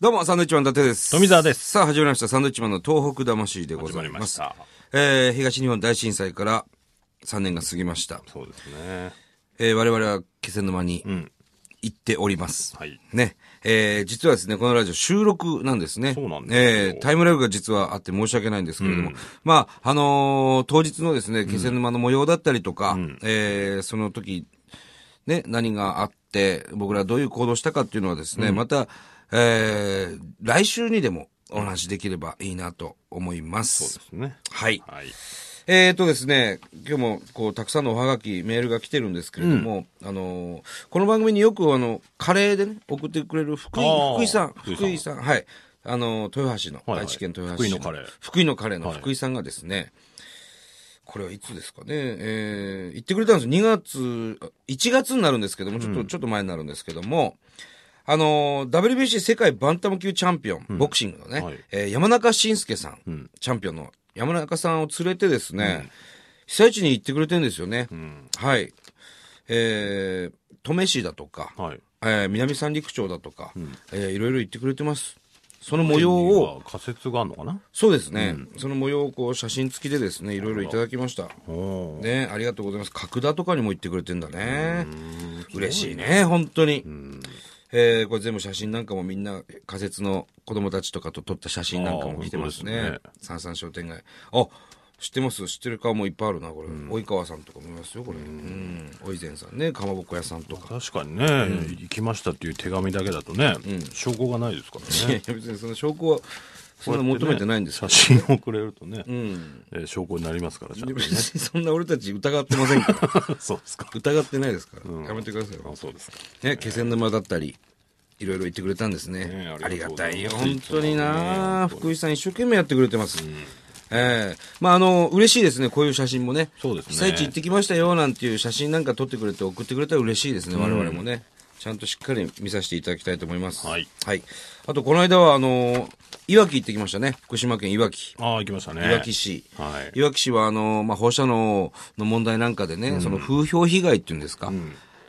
どうも、サンドウィッチマン伊達です。富澤ですさあ、始まりました。サンドウィッチマンの東北魂でご始ざまいります。ました。えー、東日本大震災から3年が過ぎました。そうですね。えー、我々は気仙沼にうん。行っております。はいね。えー、実はですね、このラジオ収録なんですね。そうなんですよえー、タイムラグが実はあって申し訳ないんですけれども、まあ、あのー当日のですね、気仙沼の模様だったりとか、えー、その時、ね、何があって、僕らどういう行動したかっていうのはですね、また、えー、来週にでもお話しできればいいなと思います。そうですね。はい。はい。えーとですね、今日もこうたくさんのおはがき、メールが来てるんですけれども、あのーこの番組によくあのカレーで、ね、送ってくれる福井あー福井さん、福井さ福ん井さん、はい、あのー豊橋の、はいはい愛知県豊橋市福井のカレー福井のカレーのはい福井さんがですね、これはいつですかね、えー言ってくれたんです2月、あ1月になるんですけども、ちょっと、ちょっと前になるんですけども、あのー、WBC 世界バンタム級チャンピオン、ボクシングのね、はいえー山中伸介さん,、チャンピオンの山中さんを連れてですね、被災地に行ってくれてるんですよね。うん。はい。えー、登米市だとか、はい。えー南三陸町だとか、えーいろいろ行ってくれてます。その模様を、仮説があるのかなそうですね、その模様をこう写真付きでですね、いろいろいただきました。おー。ね、ありがとうございます。角田とかにも行ってくれてんだね。嬉しいね、本当に。えーこれ全部写真なんかもみんな仮設の子供たちとかと撮った写真なんかも来てますあー本ね当で。三三、商店街。あ、知ってます知ってる顔もいっぱいあるな、これ。及川さんとかもいますよ、これ。うん。及前さんね、かまぼこ屋さんとか。確かにね、行きましたっていう手紙だけだとね、証拠がないですからいやね。いや別にその証拠は、そんな求めてないんですけ写ど。真をくれるとね、うん。えー証拠になりますから、ちゃんとね。別にそんな俺たち疑ってませんから。 そうですか。疑ってないですから。うんやめてくださいよ。あそうですか。ね、気仙沼だったり、いろいろ言ってくれたんですね。ねあありりががたたいいよ、よ本当にな、本当に福井さん一生懸命やってくれてます。ええまあ、あの、嬉しいですね、こういう写真もね。そうですね被災地行ってきましたよ、なんていう写真なんか撮ってくれて送ってくれたら嬉しいですね、我々もね。ちゃんとしっかり見させていただきたいと思います。はい。あと、この間は、あの、いわき行ってきましたね。福島県いわき。ああ、行きましたね。いわき市。はいいわき市は、あの、まあ、放射能の問題なんかでね、その風評被害っていうんですか。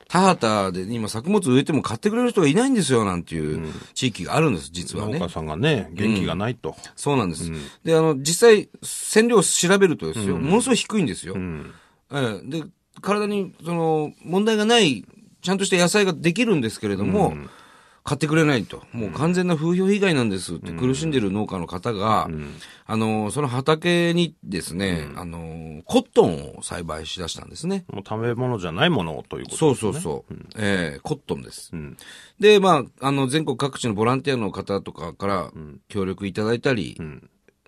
田畑で今作物植えても買ってくれる人がいないんですよなんていう地域があるんです、実は農ね家。さんがね、元気がないと。そうなんです。で、あの、実際、線量を調べるとですよ、ものすごい低いんですよ。ええで、体に、その、問題がない、ちゃんとした野菜ができるんですけれども、買ってくれないと。もう完全な風評被害なんですって苦しんでる農家の方が、あの、その畑にですね、あの、コットンを栽培しだしたんですね。もう食べ物じゃないものをということそうそうそう。ええコットンです。んで、まあ、あの、全国各地のボランティアの方とかから協力いただいたり、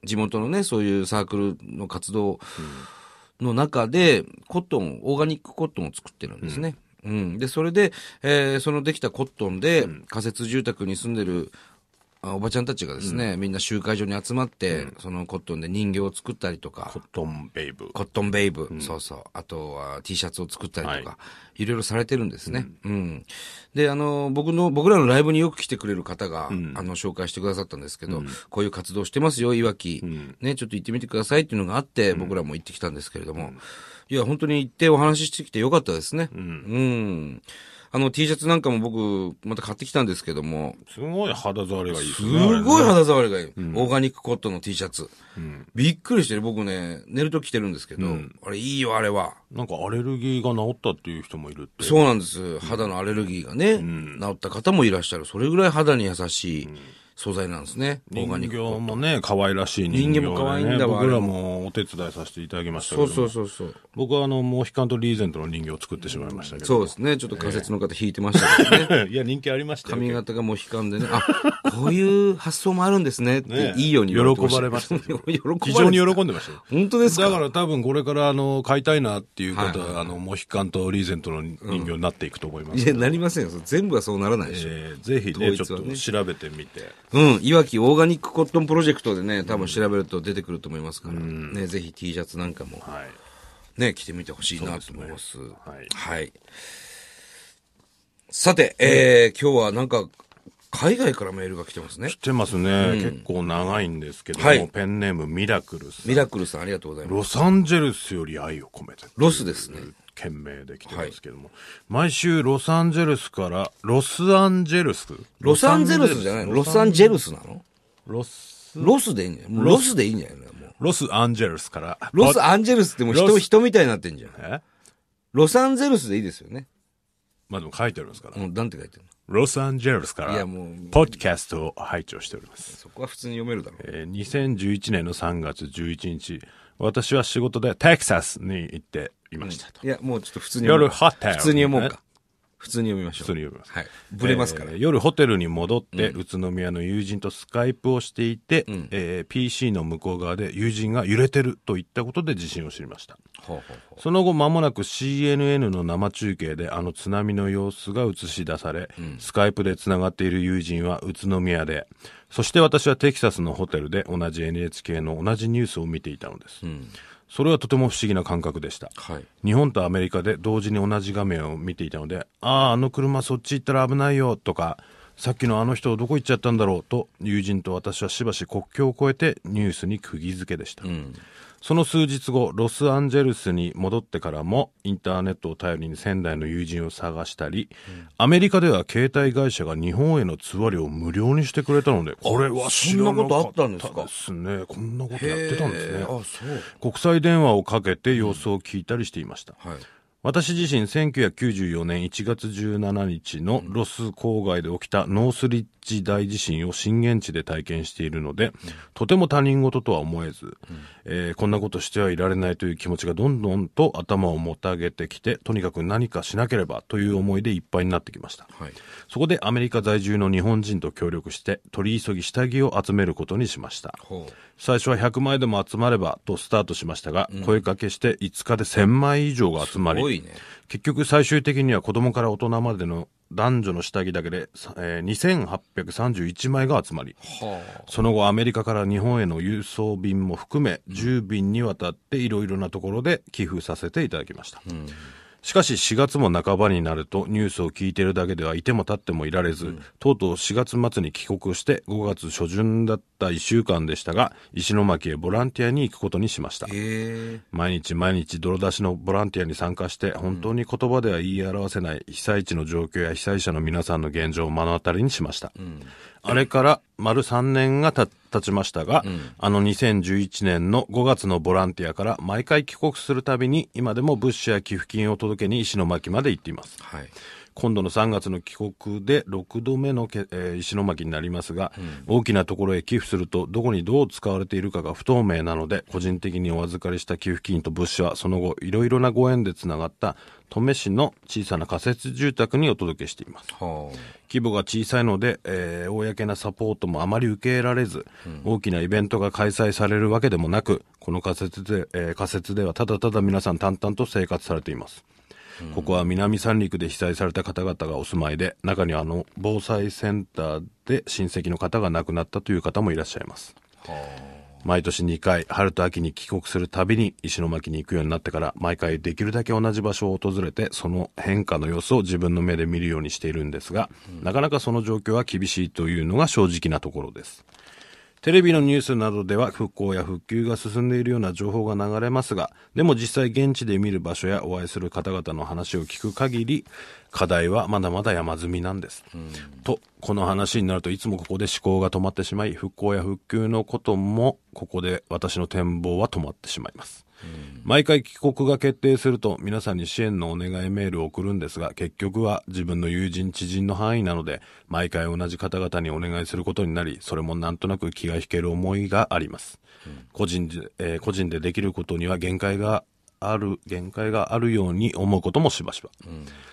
地元のね、そういうサークルの活動の中で、コットン、オーガニックコットンを作ってるんですね。うん。で、それで、えーそのできたコットンで、仮設住宅に住んでるあおばちゃんたちがですね、みんな集会所に集まって、そのコットンで人形を作ったりとか、コットンベイブ。コットンベイブ、そうそう。あとは T シャツを作ったりとか、、はいろいろされてるんですね。うん。で、あの、僕の、僕らのライブによく来てくれる方が、あの、紹介してくださったんですけど、こういう活動してますよ、いわき、ね、ちょっと行ってみてくださいっていうのがあって、僕らも行ってきたんですけれども、いや、本当に行ってお話ししてきてよかったですね。うん。あの、T シャツなんかも僕、また買ってきたんですけども、すごい肌触りがいいですすね。あれねごい肌触りがいい。オーガニックコットンの T シャツ。びっくりしてる。僕ね、寝ると着てるんですけど、あれいいよ、あれは。なんかアレルギーが治ったっていう人もいるって。そうなんです。肌のアレルギーがね、治った方もいらっしゃる。それぐらい肌に優しい素材なんですね。オー人ガニッ形ク。もね、可愛らしい人形、ね。人形も可愛いんだわ僕らもお手伝いさせていただきましたそけどうも。そうそうそう。僕はあの、モーヒカンとリーゼントの人形を作ってしまいましたけど。そうですね。ちょっと仮説の方引いてましたけどね。 いや、人気ありました よ。髪型がもう悲観で ね、あ、こういう発想もあるんですねってね、いいように言て喜ばれましたよ 喜ばれた非常に喜んでましたよ。本当ですかだから多分これからあの、買いたいなっていう方は、あの、モヒカンとリーゼントの人形になっていくと思います。いや、なりませんよ。それ全部はそうならないでしょ。えーぜひ統ね、一ちょはっとね調べてみて。うん、いわきオーガニックコットンプロジェクトでね、多分調べると出てくると思いますから、ね、ぜひ T シャツなんかもはい。ね、着てみてほしいなと思います。はいはい。さて、えー、今日はなんか、海外からメールが来てますね来。てますね、結構長いんですけども、はいペンネームミラクルさんミラクルさんありがとうございます。ロサンゼルスより愛を込めて。ロスですね。懸命で来てますけども、毎週ロサンゼルスから、ロスアンジェルスロサンゼルスじゃないのロサンジェルスなのロス、ロスでいいんじゃないもうロスでいいんじゃないのもうロスアンジェルスから、ロスアンジェルスってもうロ人、ス人みたいになってんじゃん。えロサンゼルスでいいですよね。まあでも書いてあるんですから、うん、なんて書いてるのロサンゼルスかいらやもう、ポッドキャストを拝聴しております。そこは普通に読めるだろう。えー2011年の3月11日、私は仕事でテキサスに行っていましたと。いや、もうちょっと普通に夜読むホテル。普通に読もうねか。。普通に読みましょう。普通に読みますはい。ぶれますからえ。ー夜ホテルに戻って、宇都宮の友人とスカイプをしていて、えー PC の向こう側で友人が揺れてるといったことで地震を知りました。ほうほうほその後間もなく CNN の生中継であの津波の様子が映し出され、スカイプでつながっている友人は宇都宮で、そして私はテキサスのホテルで同じ NHK の同じニュースを見ていたのです。それはとても不思議な感覚でした。う。はい。日本とアメリカで同時に同じ画面を見ていたので、ああ、あの車そっち行ったら危ないよとか、さっきのあの人どこ行っちゃったんだろうと、友人と私はしばし国境を越えてニュースに釘付けでした。その数日後、ロスアンジェルスに戻ってからも、インターネットを頼りに仙台の友人を探したり、アメリカでは携帯会社が日本への通話料を無料にしてくれたので、これは知らなかったですね。こんなことやってたんですねえ。ーあ、そう。国際電話をかけて様子を聞いたりしていました。はい。私自身1994年1月17日のロス郊外で起きたノースリッジ大地震を震源地で体験しているので、とても他人事とは思えず、えーこんなことしてはいられないという気持ちがどんどんと頭をもたげてきて、とにかく何かしなければという思いでいっぱいになってきました。はい。そこでアメリカ在住の日本人と協力して取り急ぎ下着を集めることにしました。ほ最初は100枚でも集まればとスタートしましたが、声かけして5日で1000枚以上が集まう。り多、いね。結局最終的には子供から大人までの男女の下着だけで、さえー2831枚が集まり、はその後アメリカから日本への郵送便も含め、10便にわたっていろいろなところで寄付させていただきました。しかし4月も半ばになるとニュースを聞いているだけではいても立ってもいられず、とうとう4月末に帰国して5月初旬だった1週間でしたが、石巻へボランティアに行くことにしましたあ。。へえ。毎日毎日泥出しのボランティアに参加して本当に言葉では言い表せない被災地の状況や被災者の皆さんの現状を目の当たりにしました、あれから丸3年がた経ちましたが、あの2011年の5月のボランティアから毎回帰国するたびに今でも物資や寄付金を届けに石巻まで行っていますはい。今度の3月の帰国で6度目のけ、えー石巻になりますが、大きなところへ寄付するとどこにどう使われているかが不透明なので個人的にお預かりした寄付金と物資はその後いろいろなご縁でつながった登米市の小さな仮設住宅にお届けしていますは規模が小さいので、えー公なサポートもあまり受け入れられず、大きなイベントが開催されるわけでもなく、この仮設で、えー仮設ではただただ皆さん淡々と生活されています。ここは南三陸で被災された方々がお住まいで、中にはあの防災センターで親戚の方が亡くなったという方もいらっしゃいます。あ。は毎年2回、春と秋に帰国するたびに石巻に行くようになってから、毎回できるだけ同じ場所を訪れて、その変化の様子を自分の目で見るようにしているんですが、なかなかその状況は厳しいというのが正直なところです。テレビのニュースなどでは復興や復旧が進んでいるような情報が流れますが、でも実際現地で見る場所やお会いする方々の話を聞く限り、課題はまだまだ山積みなんです。と、この話になるといつもここで思考が止まってしまい、復興や復旧のことも、ここで私の展望は止まってしまいます。毎回帰国が決定すると皆さんに支援のお願いメールを送るんですが結局は自分の友人知人の範囲なので毎回同じ方々にお願いすることになりそれもなんとなく気が引ける思いがあります、個人で、えー個人でできることには限界がある限界があるように思うこともしばしば、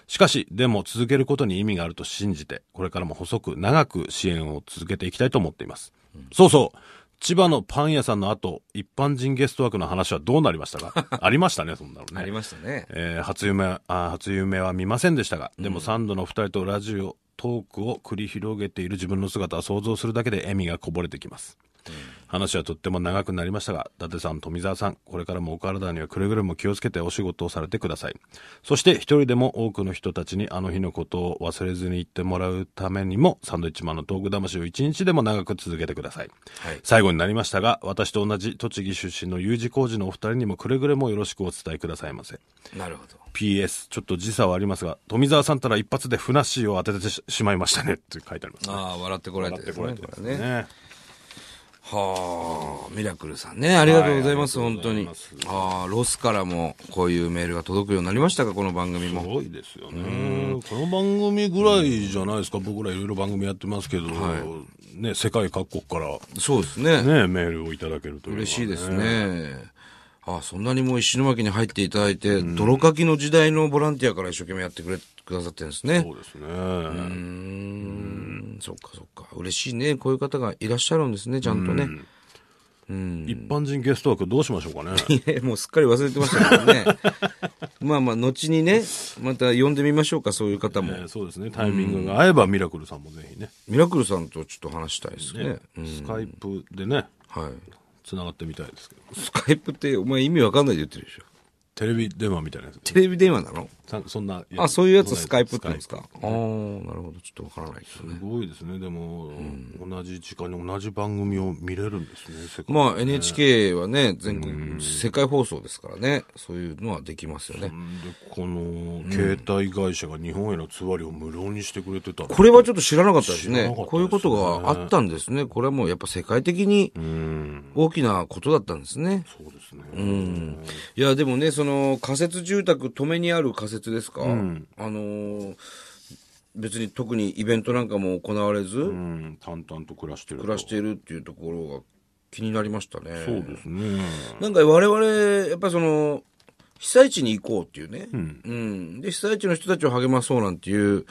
しかしでも続けることに意味があると信じてこれからも細く長く支援を続けていきたいと思っています、そうそう千葉のパン屋さんの後、一般人ゲスト枠の話はどうなりましたか ありましたね、そんなのあ。ありね。ましたね。えー初夢はあ、初夢は見ませんでしたが、でもサンドの二人とラジオ、トークを繰り広げている自分の姿は想像するだけで笑みがこぼれてきます。話はとっても長くなりましたが、伊達さん、富澤さん、これからもお体にはくれぐれも気をつけてお仕事をされてください。そして一人でも多くの人たちにあの日のことを忘れずに言ってもらうためにも、サンドイッチマンのトーク魂を一日でも長く続けてください。はい最後になりましたが、私と同じ栃木出身の U 字工事のお二人にもくれぐれもよろしくお伝えくださいませ。なるほど。 PS、ちょっと時差はありますが、富澤さんたら一発でふなっしーを当ててししまいましたねって書いてあります。ああ、笑ってこられてですね。笑ってこられてこれねね。はあ、ミラクルさんね。ありがとうございます、はいあ本りが当とうございにます。ああ、ロスからもこういうメールが届くようになりましたか、この番組すも。ごいですよね。この番組ぐらいじゃないですか。僕らいろいろ番組やってますけど、ね、世界各国からそうですね。ね、メールをいただけるというのはね嬉しいです。ね。ああ、そんなにもう石巻に入っていただいて、泥かきの時代のボランティアから一生懸命やってくれ、くださってるんですね。そうですね。うーん、そっかそっか。嬉しいね。こういう方がいらっしゃるんですね、ちゃんとね。 一般人ゲスト枠どうしましょうかね。いやもうすっかり忘れてましたけどね。 まあまあ、後にね、また呼んでみましょうか、そういう方も。えーそうですね。タイミングが合えばミラクルさんもぜひね、ミラクルさんとちょっと話したいですね。うんスカイプでね、はい。つながってみたいですけど。スカイプって、お前意味わかんないで言ってるでしょ。テレビ電話みたいなやつ。テレビ電話なのさそんなつあ、そういうやつスカイプって言うんですか。ああー、なるほど。ちょっとわからないですね。すごいですね。でも、同じ時間に同じ番組を見れるんですね。世界まあ NHK はね、全国、世界放送ですからね、そういうのはできますよね。でこの携帯会社が日本への通話料を無料にしてくれてた、これはちょっと知らなかったです知らなねかったですね。こういうことがあったんですね。これはもうやっぱ世界的にうん大きなことだったんですね。そうですね、いや、でもね、その仮設住宅、止めにある仮設ですか、あのー別に特にイベントなんかも行われず、うん淡々と暮らしてると暮らしているっていうところが気になりましたね。そうですねなんか我々、やっぱりその、被災地に行こうっていうね、うん。で、被災地の人たちを励まそうなんていう、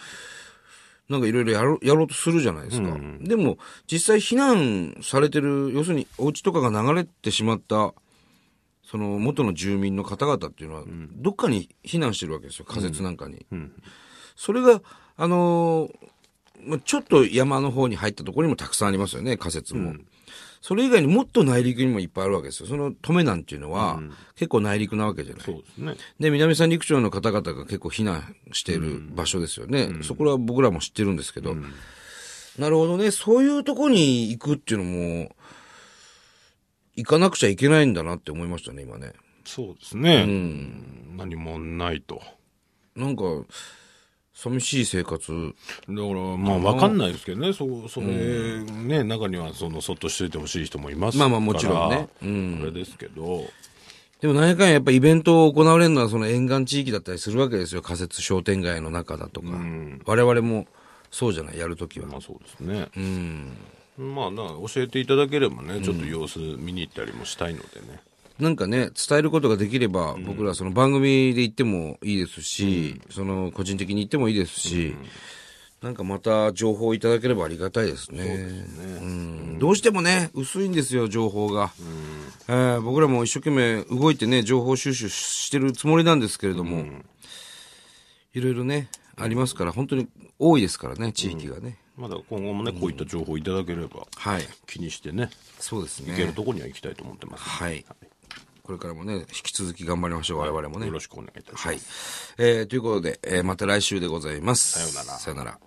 なんかいろいろやろやろうとするじゃないですか。でも、実際避難されてる、要するにお家とかが流れてしまった、その元の住民の方々っていうのは、どっかに避難してるわけですよ、仮設なんかに。それが、あのーまあちょっと山の方に入ったところにもたくさんありますよね、仮設も。それ以外にもっと内陸にもいっぱいあるわけですよ。その登米なんていうのは、結構内陸なわけじゃない。そうですねで、南三陸町の方々が結構避難している場所ですよね。そこらは僕らも知ってるんですけど、なるほどね。そういうとこに行くっていうのも、行かなくちゃいけないんだなって思いましたね、今ね。そうですね、うん何もないとなんか、寂しい生活。だからまあ分かんないですけどねそそれ、ね中にはそのそっとしておいてほしい人もいますまあまあもちろんねからあれですけどでも何やかんややっぱイベントを行われるのはその沿岸地域だったりするわけですよ。仮設商店街の中だとか。我々もそうじゃない、やるときは。まあそうですねまあな教えていただければねちょっと様子見に行ったりもしたいのでね、なんかね、伝えることができれば、僕らその番組で行ってもいいですし、その個人的に行ってもいいですし、なんかまた情報いただければありがたいですね。うんどうしてもね、薄いんですよ、情報が。えー僕らも一生懸命動いてね、情報収集してるつもりなんですけれども、いろいろね、ありますから、本当に多いですからね、地域がね。まだ今後もね、こういった情報いただければ、はい。気にしてね、そうです行けるね。とこには行きたいと思ってます。はい。これからもね、引き続き頑張りましょう、我々もねよ。ろしくお願いいたします。はい。えーということで、えーまた来週でございます。さようならさよなら。